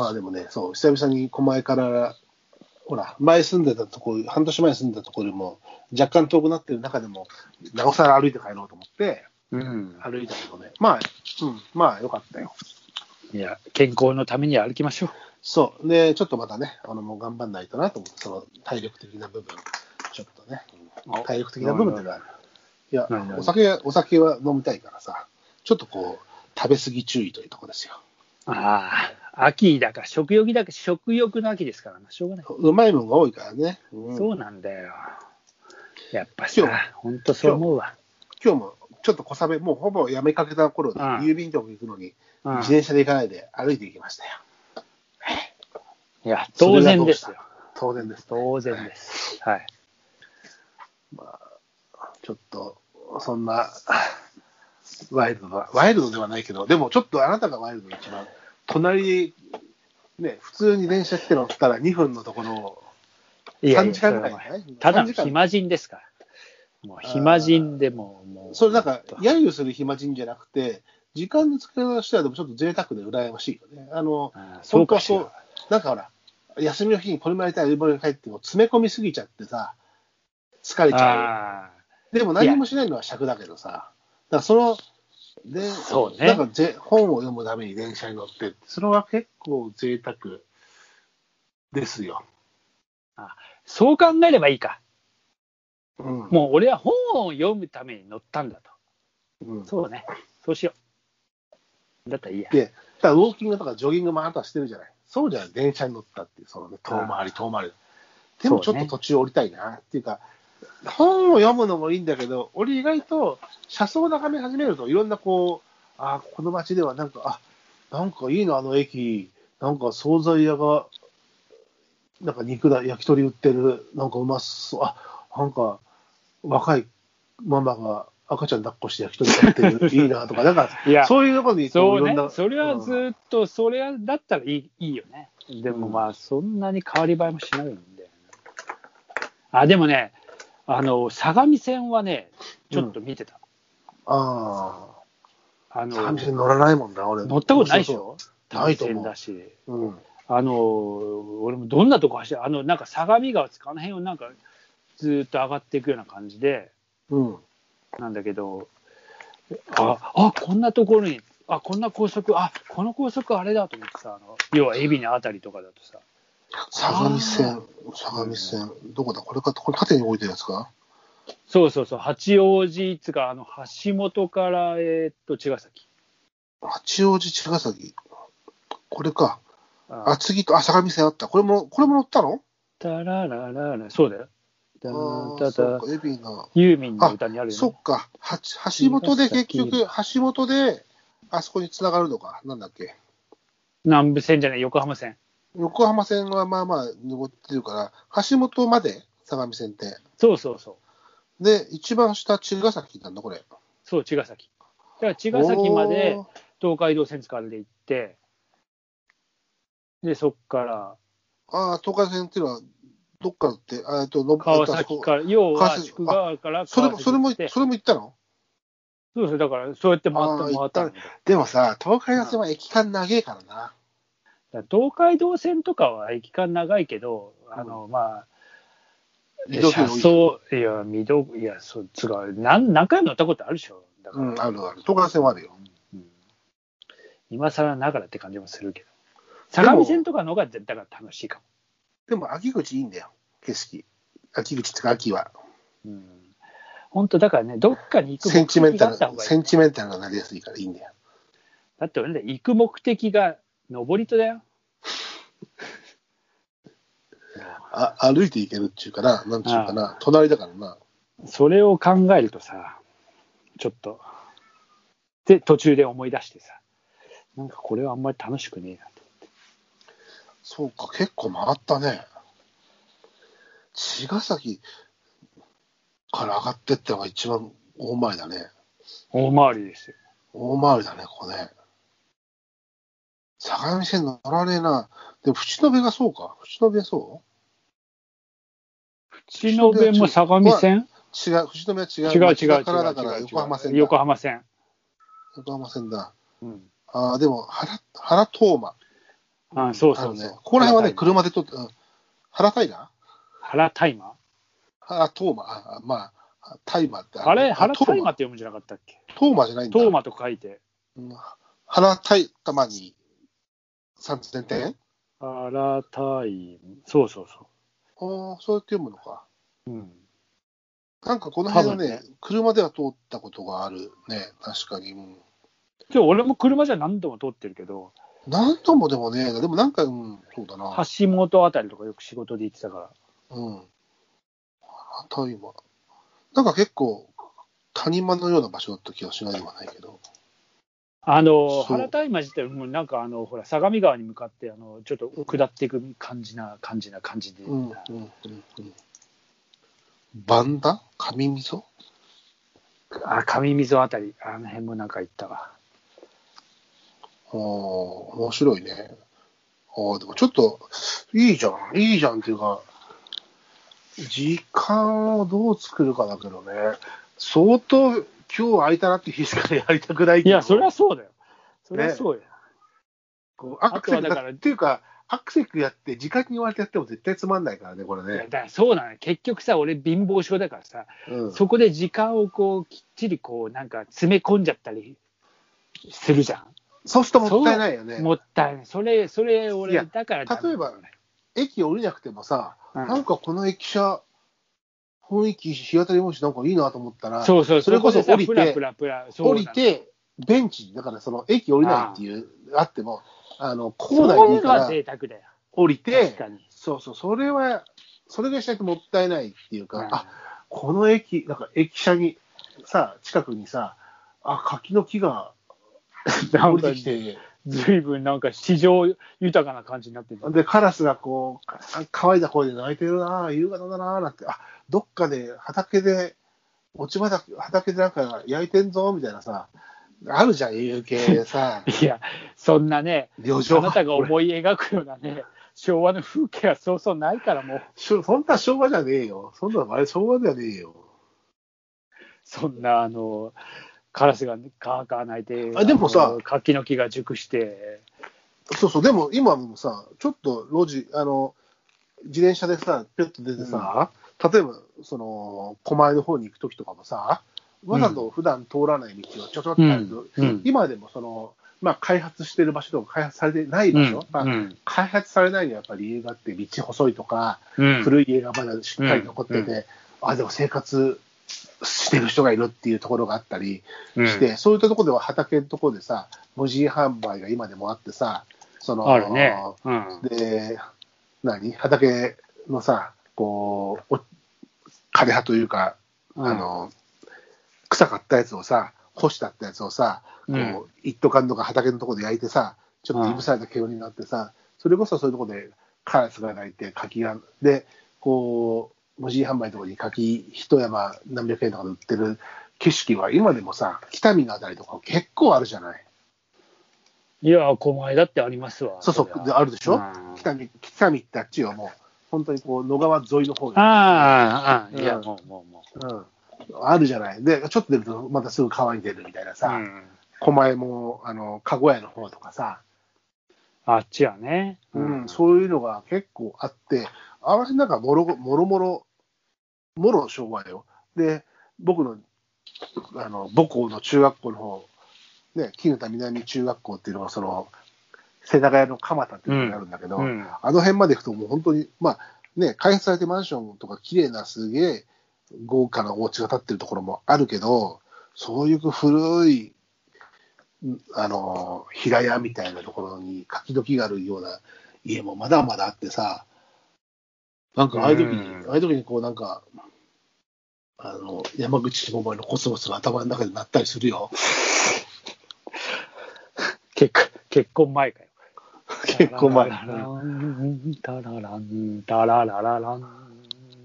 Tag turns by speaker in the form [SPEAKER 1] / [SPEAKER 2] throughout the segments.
[SPEAKER 1] あでもね、そう、久々に狛江から、ほら、前住んでたとこ、半年前住んでたところも、若干遠くなってる中でも、なおさら歩いて帰ろうと思って、
[SPEAKER 2] うん。
[SPEAKER 1] 歩いたけどね、まあ、うん、まあ、よかったよ。
[SPEAKER 2] いや、健康のために歩きましょう。
[SPEAKER 1] そう、で、ちょっとまたね、あの、もう頑張んないとなと思って、その、体力的な部分、ちょっとね、
[SPEAKER 2] あ
[SPEAKER 1] 体力的な部分っていうのは、いや
[SPEAKER 2] ないな、い
[SPEAKER 1] お酒は、お酒は飲みたいからさ、ちょっとこう、食べ過ぎ注意というところですよ。
[SPEAKER 2] ああ、秋だから、食欲だから、食欲の秋ですからな、しょうがない。
[SPEAKER 1] うまいもんが多いからね。うん
[SPEAKER 2] そうなんだよ。やっぱ
[SPEAKER 1] 今
[SPEAKER 2] さ、本当そう思うわ。
[SPEAKER 1] 今日もちょっと小雨、もうほぼやめかけた頃で、
[SPEAKER 2] うん
[SPEAKER 1] 郵便局行くのに、
[SPEAKER 2] うん
[SPEAKER 1] 自転車で行かないで歩いて行きましたよ。
[SPEAKER 2] いや、当然ですよ。
[SPEAKER 1] 当然です。
[SPEAKER 2] 当然です。はい。
[SPEAKER 1] ちょっと、そんな、ワイルドな、ワイルドではないけど、でもちょっとあなたがワイルドの一番、隣、ね、普通に電車来て乗ったら2分のところを、
[SPEAKER 2] いやい
[SPEAKER 1] 3
[SPEAKER 2] や
[SPEAKER 1] 時間ぐらい
[SPEAKER 2] それは
[SPEAKER 1] ね
[SPEAKER 2] ただ
[SPEAKER 1] 3
[SPEAKER 2] の
[SPEAKER 1] 時間
[SPEAKER 2] 暇人ですから。もう暇人でも、もう。
[SPEAKER 1] それなんか、
[SPEAKER 2] や、
[SPEAKER 1] 揶揄する暇人じゃなくて、時間の使い方としては、でもちょっと贅沢で羨ましいよね。あの、
[SPEAKER 2] あーそ
[SPEAKER 1] 本当
[SPEAKER 2] うか
[SPEAKER 1] は
[SPEAKER 2] し
[SPEAKER 1] そ
[SPEAKER 2] ら
[SPEAKER 1] う、なんかほら、休みの日にこれもやりたい、あれもやりたいって、詰め込みすぎちゃってさ、疲れちゃ
[SPEAKER 2] あ
[SPEAKER 1] う。でも何もしないのは尺だけどさ、だからその、で、
[SPEAKER 2] そうね
[SPEAKER 1] なんかぜ本を読むために電車に乗って、それは結構贅沢ですよ。
[SPEAKER 2] あ、そう考えればいいか。
[SPEAKER 1] うん。
[SPEAKER 2] もう俺は本を読むために乗ったんだと。
[SPEAKER 1] うん、だか
[SPEAKER 2] そうね。そうしよう。だったらいいや。
[SPEAKER 1] らウォーキングとかジョギングもあなたはしてるじゃない。そうじゃない、電車に乗ったっていう、そのね、遠回り遠回り。でもちょ
[SPEAKER 2] そう
[SPEAKER 1] っ
[SPEAKER 2] ね
[SPEAKER 1] と途中降りたいな、っていうか、本を読むのもいいんだけど、俺意外と車窓を眺め始めると、いろんなこう、ああ、ここの街ではなんか、あなんかいいな、あの駅、なんか惣菜屋が、なんか肉だ、焼き鳥売ってる、なんかうまそう、あなんか若いママが赤ちゃん抱っこして焼き鳥食べてる、いいなとか、なんか、
[SPEAKER 2] いや
[SPEAKER 1] そういうところにこ
[SPEAKER 2] そうね
[SPEAKER 1] いろんな。
[SPEAKER 2] それはず
[SPEAKER 1] うん
[SPEAKER 2] ーっと、それはだったらいいいいよね。でもまあ、そんなに変わり映えもしないんで、あ、でもね、あの、相模線はね、ちょっと見てた。
[SPEAKER 1] ああ。
[SPEAKER 2] あの
[SPEAKER 1] 三味線乗らないもんな、俺。
[SPEAKER 2] 乗ったことないでし
[SPEAKER 1] そう
[SPEAKER 2] ょ
[SPEAKER 1] ないと思う
[SPEAKER 2] 単線だし。
[SPEAKER 1] そう。うん。
[SPEAKER 2] あの、俺もどんなとこ走るあの、なんか相模川つかあの辺をなんか、ずーっと上がっていくような感じで、
[SPEAKER 1] うん。
[SPEAKER 2] なんだけど、あ、あこんなところに、あ、こんな高速、あ、この高速あれだと思ってさ、あの要は海老名あたりとかだとさ、
[SPEAKER 1] 相模線、相模線、どこだこれか、これ縦に置いてるやつか
[SPEAKER 2] そうそうそう、八王子っつうか、あの橋本から、えーっと、茅ヶ崎。
[SPEAKER 1] 八王子、茅ヶ崎。これか。
[SPEAKER 2] あ
[SPEAKER 1] あ、次と、あ、相模線あった。これも、これも乗ったの
[SPEAKER 2] たらららら、そうだよ。
[SPEAKER 1] あ
[SPEAKER 2] だ
[SPEAKER 1] ー
[SPEAKER 2] だ
[SPEAKER 1] そ
[SPEAKER 2] だ
[SPEAKER 1] うか、エビが。
[SPEAKER 2] ユーミンの歌にあるよ
[SPEAKER 1] そ
[SPEAKER 2] ね。
[SPEAKER 1] っか、は橋本で結
[SPEAKER 2] 茅
[SPEAKER 1] 局、橋本で、あそこに繋がるのか。なんだっけ。
[SPEAKER 2] 南部線じゃない、横浜線。
[SPEAKER 1] 横浜線はまあまあ登ってるから、橋本まで、相模線って。
[SPEAKER 2] そうそうそう。
[SPEAKER 1] で、一番下、茅ヶ崎なんだ、これ。
[SPEAKER 2] そう、茅ヶ崎。だから茅ヶ崎まで
[SPEAKER 1] おー
[SPEAKER 2] 東海道線使って行って、で、そっから、
[SPEAKER 1] ああ、東海線っていうのは、どっからって、あえっと、の
[SPEAKER 2] 川
[SPEAKER 1] えっと
[SPEAKER 2] 崎から、要は
[SPEAKER 1] 川崎
[SPEAKER 2] 宿川から川
[SPEAKER 1] それ
[SPEAKER 2] 崎
[SPEAKER 1] も、それも、
[SPEAKER 2] 行って
[SPEAKER 1] それも行ったの
[SPEAKER 2] そうそう、だから、そうやって回
[SPEAKER 1] あ
[SPEAKER 2] っ
[SPEAKER 1] ー
[SPEAKER 2] て回ったんだよ
[SPEAKER 1] でもさ、東海道線は駅間長えからな。
[SPEAKER 2] だから東海道線とかは駅間長いけど、あの、まあ、
[SPEAKER 1] 移動距
[SPEAKER 2] 車
[SPEAKER 1] 離多い。
[SPEAKER 2] 窓、いや、見ど、いや、そう、つうか、なん何回も乗ったことあるでしょ。だか
[SPEAKER 1] う
[SPEAKER 2] ら、
[SPEAKER 1] ん、あるある。東海道線はあるよ。
[SPEAKER 2] うん今更ながらって感じもするけど。相模線とかの方が、だから楽しいか
[SPEAKER 1] でも、秋口いいんだよ、景色。秋口っていうか、秋は。
[SPEAKER 2] も。うん。本当だからね、どっかに行く
[SPEAKER 1] センチメン
[SPEAKER 2] 的が
[SPEAKER 1] タ
[SPEAKER 2] あっ
[SPEAKER 1] ル
[SPEAKER 2] た方、がいい
[SPEAKER 1] セ。ンチメンタルがなりやすいからいいんだよ。
[SPEAKER 2] だって俺ね、行く目的が登りとだよ。
[SPEAKER 1] あ歩いて行けるっていうかな、なんていうかな、隣だからな。
[SPEAKER 2] それを考えるとさ、ちょっと、で、途中で思い出してさ、なんかこれはあんまり楽しくねえなと。
[SPEAKER 1] そうか、結構回ったね。茅ヶ崎から上がってったのが一番大回りだね。
[SPEAKER 2] 大回りですよ。
[SPEAKER 1] 大回りだね、ここね。相模線乗らねえな。でも、淵野辺がそうか。淵野辺そ
[SPEAKER 2] 淵野辺も相模線
[SPEAKER 1] う違う、淵野辺は違
[SPEAKER 2] 違う
[SPEAKER 1] う。
[SPEAKER 2] 違う違う違う
[SPEAKER 1] 町田からだから横浜線だ。
[SPEAKER 2] 横浜線。
[SPEAKER 1] 横浜線だ。
[SPEAKER 2] うん
[SPEAKER 1] ああ、でも原、原東馬。
[SPEAKER 2] あそう
[SPEAKER 1] あ
[SPEAKER 2] そ
[SPEAKER 1] の
[SPEAKER 2] うそう。
[SPEAKER 1] ね、ここら辺はね、
[SPEAKER 2] 原タイマ
[SPEAKER 1] 車
[SPEAKER 2] ー
[SPEAKER 1] で撮って、うん、原タイガー
[SPEAKER 2] 原タイマ
[SPEAKER 1] 原トーマあ、あまあ、タイマーって
[SPEAKER 2] ーあれ、原タイマー
[SPEAKER 1] マ
[SPEAKER 2] って読むんじゃなかったっけ
[SPEAKER 1] トーマじゃないんだ。
[SPEAKER 2] トーマと書いて。
[SPEAKER 1] うん。原タイマーに3000点
[SPEAKER 2] 原タイム。そうそうそ
[SPEAKER 1] おーそうやって読むのか。
[SPEAKER 2] う。うん。
[SPEAKER 1] なんかこの辺はね
[SPEAKER 2] 多
[SPEAKER 1] 車では通ったことがあるね、確かに。うん
[SPEAKER 2] でも俺も車じゃ何度も通ってるけど、
[SPEAKER 1] 何度もでもね、でもなんか、うん、そうだな。
[SPEAKER 2] 橋本あたりとかよく仕事で行ってたから。
[SPEAKER 1] うん。タイマー。なんか結構、谷間のような場所だった気がしないではないけど。
[SPEAKER 2] あの、
[SPEAKER 1] そう
[SPEAKER 2] 原タイマー自体もなんかあの、ほら、相模川に向かって、あの、ちょっと下っていく感じな、感じな感じで。
[SPEAKER 1] うん、うん、うん。うんバンダ神溝
[SPEAKER 2] あ、上溝あたり、あの辺もなんか行ったわ。
[SPEAKER 1] おー面白いね。ああ、でもちょっと、いいじゃん、いいじゃんっていうか、時間をどう作るかだけどね、相当今日空いたなって日しかやりたくないけ
[SPEAKER 2] い
[SPEAKER 1] ど
[SPEAKER 2] や、それはそうだよ。それはそうよ。
[SPEAKER 1] こうアクセル
[SPEAKER 2] あとはだから
[SPEAKER 1] っていうか、アクセルやって、時間に追われてやっても絶対つまんないからね、これ
[SPEAKER 2] いや
[SPEAKER 1] ね
[SPEAKER 2] だ。からそうなのよ結局さ、俺、貧乏症だからさ、
[SPEAKER 1] うん、
[SPEAKER 2] そこで時間をこうきっちりこうなんか詰め込んじゃったりするじゃ
[SPEAKER 1] そうするともったいないよ
[SPEAKER 2] ん、
[SPEAKER 1] ね。
[SPEAKER 2] もったいない、それ、それ、
[SPEAKER 1] い
[SPEAKER 2] 俺
[SPEAKER 1] や、
[SPEAKER 2] だからダメ
[SPEAKER 1] 例えば駅降りなくてもさ、
[SPEAKER 2] うん
[SPEAKER 1] なんかこの駅舎、雰囲気、日当たりもいいし、なんかいいなと思ったら、
[SPEAKER 2] そうそう、
[SPEAKER 1] それこそ
[SPEAKER 2] でさ
[SPEAKER 1] 降りて
[SPEAKER 2] プラプラプラそう
[SPEAKER 1] 降
[SPEAKER 2] な
[SPEAKER 1] り
[SPEAKER 2] の
[SPEAKER 1] て、ベンチ、だからその駅降りないっていう、あっても、あの
[SPEAKER 2] そ
[SPEAKER 1] 構内で
[SPEAKER 2] う
[SPEAKER 1] い
[SPEAKER 2] い
[SPEAKER 1] いう
[SPEAKER 2] の
[SPEAKER 1] か
[SPEAKER 2] は
[SPEAKER 1] ら
[SPEAKER 2] 贅沢だよ、
[SPEAKER 1] 降りて
[SPEAKER 2] 確、かに。
[SPEAKER 1] そうそう、それは、それがしないともったいないっていうか、
[SPEAKER 2] うん
[SPEAKER 1] あこの駅、なんか駅舎にさ、近くにさ、あ柿の木が
[SPEAKER 2] な
[SPEAKER 1] 降
[SPEAKER 2] ん
[SPEAKER 1] り
[SPEAKER 2] か
[SPEAKER 1] てきて、
[SPEAKER 2] ずいぶんなんか市場豊かな感じになってる。
[SPEAKER 1] で、カラスがこう、か乾いた声で泣いてるなあ夕方だなあなんて、あ、どっかで畑で、落ち葉だ、畑でなんか焼いてんぞ、みたいなさ、あるじゃん、夕景
[SPEAKER 2] 、
[SPEAKER 1] さ
[SPEAKER 2] いや、そんなね、
[SPEAKER 1] 旅
[SPEAKER 2] あ
[SPEAKER 1] 情
[SPEAKER 2] なたが思い描くようなね、昭和の風景はそうそうないから、もう、
[SPEAKER 1] しょそんな昭和じゃねえよ。そんなのあれ昭和じゃねえよ。
[SPEAKER 2] そんな、あの、カラスがカーカー鳴いて、
[SPEAKER 1] あでもさ
[SPEAKER 2] あの柿の木が熟して、
[SPEAKER 1] そうそう、でも今もさ、ちょっと路地、あの、自転車でさ、ぴょっと出てさ、例えば、その、狛江の方に行くときとかもさ、わざと普段通らない道をちょちょっとあると、
[SPEAKER 2] うん
[SPEAKER 1] 今でもその、まあ、開発してる場所とか開発されてない場所、まあ、開発されないのはやっぱり理由があって、道細いとか、古い家がまだしっかり残ってて、
[SPEAKER 2] うんう
[SPEAKER 1] あ、でも生活してる人がいるっていうところがあったり、して、そういったところでは畑のところでさ、無人販売が今でもあってさ、その、
[SPEAKER 2] あるね、うん
[SPEAKER 1] で、何畑のさ、こう、お枯葉というか、あの、臭かったやつをさ、干したったやつをさ、こう、
[SPEAKER 2] うん
[SPEAKER 1] 一斗缶とか畑のところで焼いてさ、ちょっといぶされた煙になってさ、それこそそういうところでカラスが鳴いて柿が、で、こう、無人販売のところに柿一山何百円とかで売ってる景色は今でもさ、北見のあたりとか結構あるじゃない。
[SPEAKER 2] いや、狛江だってありますわ。
[SPEAKER 1] そうそう
[SPEAKER 2] れ、は
[SPEAKER 1] であるでしょ、
[SPEAKER 2] うん
[SPEAKER 1] 北見、北見ってあっちよ、もう。本当にこう、野川沿いの方よ
[SPEAKER 2] ああああ、
[SPEAKER 1] うん
[SPEAKER 2] いや、もう、もう、も
[SPEAKER 1] うん。あるじゃない。で、ちょっと出ると、またすぐ川に出るみたいな
[SPEAKER 2] う。
[SPEAKER 1] さ、
[SPEAKER 2] うん
[SPEAKER 1] 狛江も、あの、籠屋の方とかさ、
[SPEAKER 2] あっちはね。
[SPEAKER 1] うん、そういうのが結構あって、あの辺なんかもろご、もろもろ、もろ昭和よ。で、僕の、あの、母校の中学校の方、ね、絹田南中学校っていうのは、その、世田谷の蒲田っていうのになるんだけど、
[SPEAKER 2] うん
[SPEAKER 1] あの辺まで行くともう本当に、まあね、開発されてマンションとか綺麗なすげえ豪華なお家が建ってるところもあるけど、そういう古い、んあのー、平屋みたいなところに柿時があるような家もまだまだあってさ、なんかああいう時に、
[SPEAKER 2] うん
[SPEAKER 1] ああいう時にこうなんか、あの、山口百恵のコスモスが頭の中で鳴ったりするよ。
[SPEAKER 2] 結婚結婚前かよ。
[SPEAKER 1] 結構前。
[SPEAKER 2] タララランタラランタララララン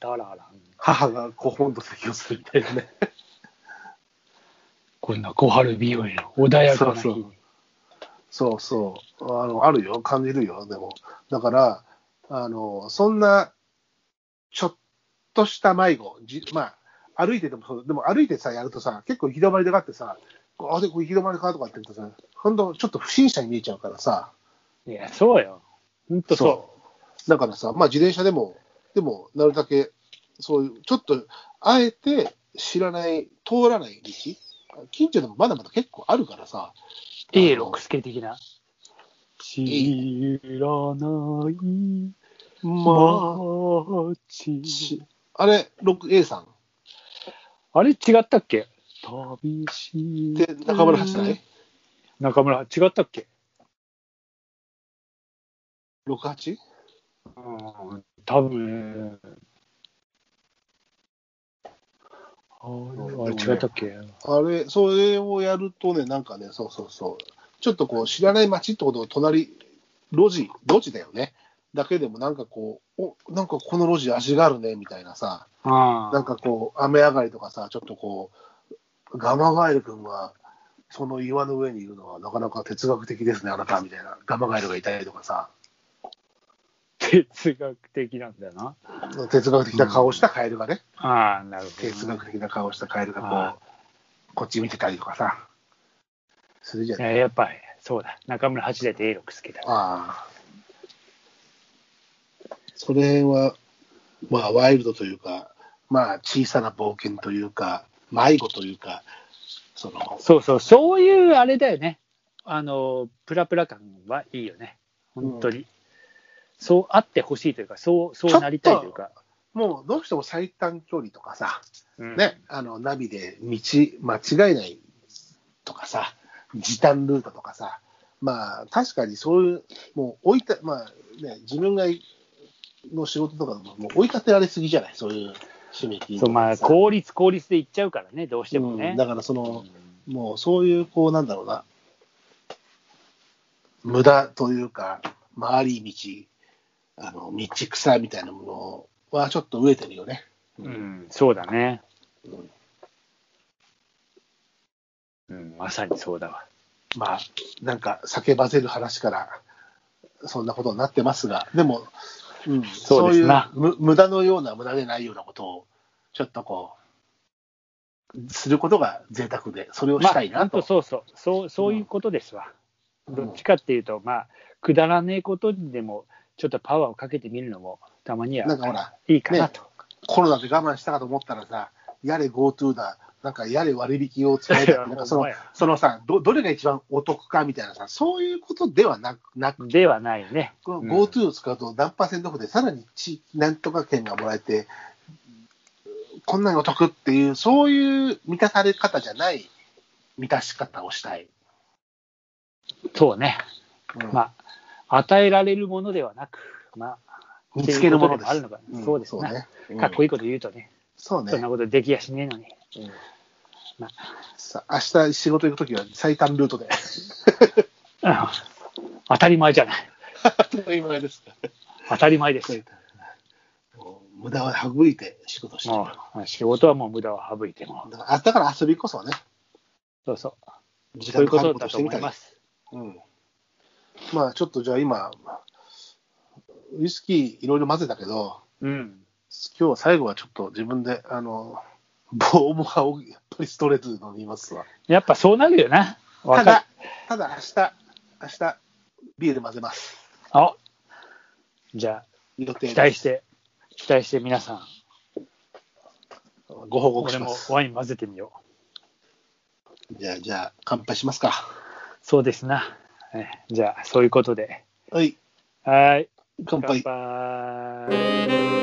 [SPEAKER 2] タララン。
[SPEAKER 1] 母がこう本と席をするみたいなね。
[SPEAKER 2] こんな小春日和の穏やかな日
[SPEAKER 1] そうそ
[SPEAKER 2] に
[SPEAKER 1] う。そうそう。あの、あるよ。感じるよ。でも。だから、あの、そんな、ちょっとした迷子。じまあ、歩いててもそう、でも歩いてさ、やるとさ、結構行き止まりでがあってさ、こうあ、で、こう行き止まりかとかって言うとさ、ほんと、ちょっと不審者に見えちゃうからさ、
[SPEAKER 2] いや、そうよ。本当そ
[SPEAKER 1] だからさ、まあ自転車でも、でも、なるだけ、そういう、ちょっと、あえて知らない、通らない道、近所でもまだまだ結構あるからさ、
[SPEAKER 2] う。
[SPEAKER 1] そう
[SPEAKER 2] A ロックスケ的な。知らない
[SPEAKER 1] まあ、
[SPEAKER 2] 街。
[SPEAKER 1] しあれ、6A さんっ
[SPEAKER 2] あれ違ったっけ旅して
[SPEAKER 1] 中村走らない
[SPEAKER 2] 中村、違ったっけ
[SPEAKER 1] ?68?
[SPEAKER 2] うん、多分。ああれ違ったっけ、
[SPEAKER 1] あれ、それをやるとね、なんかね、そうそうそう、ちょっとこう、知らない街ってことを隣、路地、路地だよね。だけでもなんかこう、お、なんかこの路地味があるね、みたいなさ、
[SPEAKER 2] あ
[SPEAKER 1] なんかこう、雨上がりとかさ、ちょっとこう、ガマガエル君が、その岩の上にいるのは、なかなか哲学的ですね、あなた、みたいな。ガマガエルがいたりとかさ、
[SPEAKER 2] 哲学的なんだよな。
[SPEAKER 1] 哲学的な顔をしたカエルがね、
[SPEAKER 2] ああ、なるほど。
[SPEAKER 1] 哲学的な顔をしたカエルが
[SPEAKER 2] あ
[SPEAKER 1] こう、こっち見てたりとかさ、するじゃ
[SPEAKER 2] い
[SPEAKER 1] ない。
[SPEAKER 2] ややっぱり、そうだ。中村八大と A6 好きだ。
[SPEAKER 1] ああ。それは、まあ、ワイルドというか、まあ、小さな冒険というか、迷子というか、その、
[SPEAKER 2] そうそう、そういうあれだよね。あの、プラプラ感はいいよね。本当に。そうあってほしいというか、そう、そうなりたいというか。
[SPEAKER 1] もうどうしても最短距離とかさ、
[SPEAKER 2] うん
[SPEAKER 1] ね、あの、ナビで道間違えないとかさ、時短ルートとかさ、まあ、確かにそういう、もう置いた、まあね、自分がの仕事とかももう追い立てられすぎじゃない、そういう締め切り
[SPEAKER 2] そう、まあ、効率、効率でいっちゃうからね、どうして
[SPEAKER 1] う
[SPEAKER 2] もね
[SPEAKER 1] ん。だからその、もうそういう、こう、なんだろうな、無駄というか、回り道、あの、道草みたいなものはちょっと飢えてるよね。
[SPEAKER 2] うん、そうだね。
[SPEAKER 1] うん
[SPEAKER 2] うん、まさにそうだわ。
[SPEAKER 1] まあ、なんか叫ばせる話から、そんなことになってますが、でも、うん、
[SPEAKER 2] そうですな
[SPEAKER 1] そういう無無駄のような無駄でないようなことを、ちょっとこう、することが贅沢で、それをしたい
[SPEAKER 2] まあ
[SPEAKER 1] なと。
[SPEAKER 2] 本当そうそう、そう、そういうことですわ。
[SPEAKER 1] うん
[SPEAKER 2] どっちかっていうと、まあ、くだらねえことにでも、ちょっとパワーをかけてみるのも、たまには
[SPEAKER 1] なんかほら、
[SPEAKER 2] いいかなと。
[SPEAKER 1] コロナで我慢したかと思ったらさ、やれ GoTo だ、なんかやれ割引を使え
[SPEAKER 2] いや
[SPEAKER 1] た、なんかそ
[SPEAKER 2] ほん
[SPEAKER 1] の
[SPEAKER 2] まや
[SPEAKER 1] そのさど、どれが一番お得かみたいなさ、そういうことではなく、なく
[SPEAKER 2] ではないね。
[SPEAKER 1] この
[SPEAKER 2] うん
[SPEAKER 1] GoTo を使うと何パーセントオフで、さらに地域なんとか券がもらえて、こんなにお得っていう、そういう満たされ方じゃない満たし方をしたい。
[SPEAKER 2] そうね。
[SPEAKER 1] うん
[SPEAKER 2] まあ、与えられるものではなく、まあ、
[SPEAKER 1] 見つけるものです。
[SPEAKER 2] っていうことでもあるのかなそうですな
[SPEAKER 1] ね
[SPEAKER 2] かっこ
[SPEAKER 1] いい。
[SPEAKER 2] いいこと言うとね、
[SPEAKER 1] そうね
[SPEAKER 2] そんな。ことできやしねえのに。
[SPEAKER 1] うん
[SPEAKER 2] まあ
[SPEAKER 1] さ明日仕事行くときは最短ルート で。
[SPEAKER 2] うん当たり前じゃない。
[SPEAKER 1] 当たり前ですか。
[SPEAKER 2] 当たり前です。
[SPEAKER 1] もう無駄を省いて仕事してる
[SPEAKER 2] もう、仕事はもう無駄を省いても。
[SPEAKER 1] だからあだから遊びこそね、
[SPEAKER 2] そうそう。
[SPEAKER 1] 時
[SPEAKER 2] そういうこ
[SPEAKER 1] かか
[SPEAKER 2] と
[SPEAKER 1] る
[SPEAKER 2] だと思います。
[SPEAKER 1] うんまあちょっとじゃあ今、ウイスキーいろいろ混ぜたけど、
[SPEAKER 2] うん。
[SPEAKER 1] 今日最後はちょっと自分で、あの、棒も青いやっぱりストレートで飲みますわ。
[SPEAKER 2] やっぱそうなるよな。わ
[SPEAKER 1] た
[SPEAKER 2] かる
[SPEAKER 1] だ。、ただ明日、明日、ビール混ぜます。
[SPEAKER 2] あじゃ
[SPEAKER 1] 予
[SPEAKER 2] あ、
[SPEAKER 1] 定
[SPEAKER 2] 期待
[SPEAKER 1] です
[SPEAKER 2] して、期待して皆さん、
[SPEAKER 1] ご報告
[SPEAKER 2] 俺
[SPEAKER 1] しま
[SPEAKER 2] も
[SPEAKER 1] す。
[SPEAKER 2] ワイン混ぜてみよう。
[SPEAKER 1] じゃあ、じゃあ、乾杯しますか。
[SPEAKER 2] そうですな。えじゃあ、そういうことで。
[SPEAKER 1] はい、
[SPEAKER 2] はい。
[SPEAKER 1] 乾杯。
[SPEAKER 2] 乾杯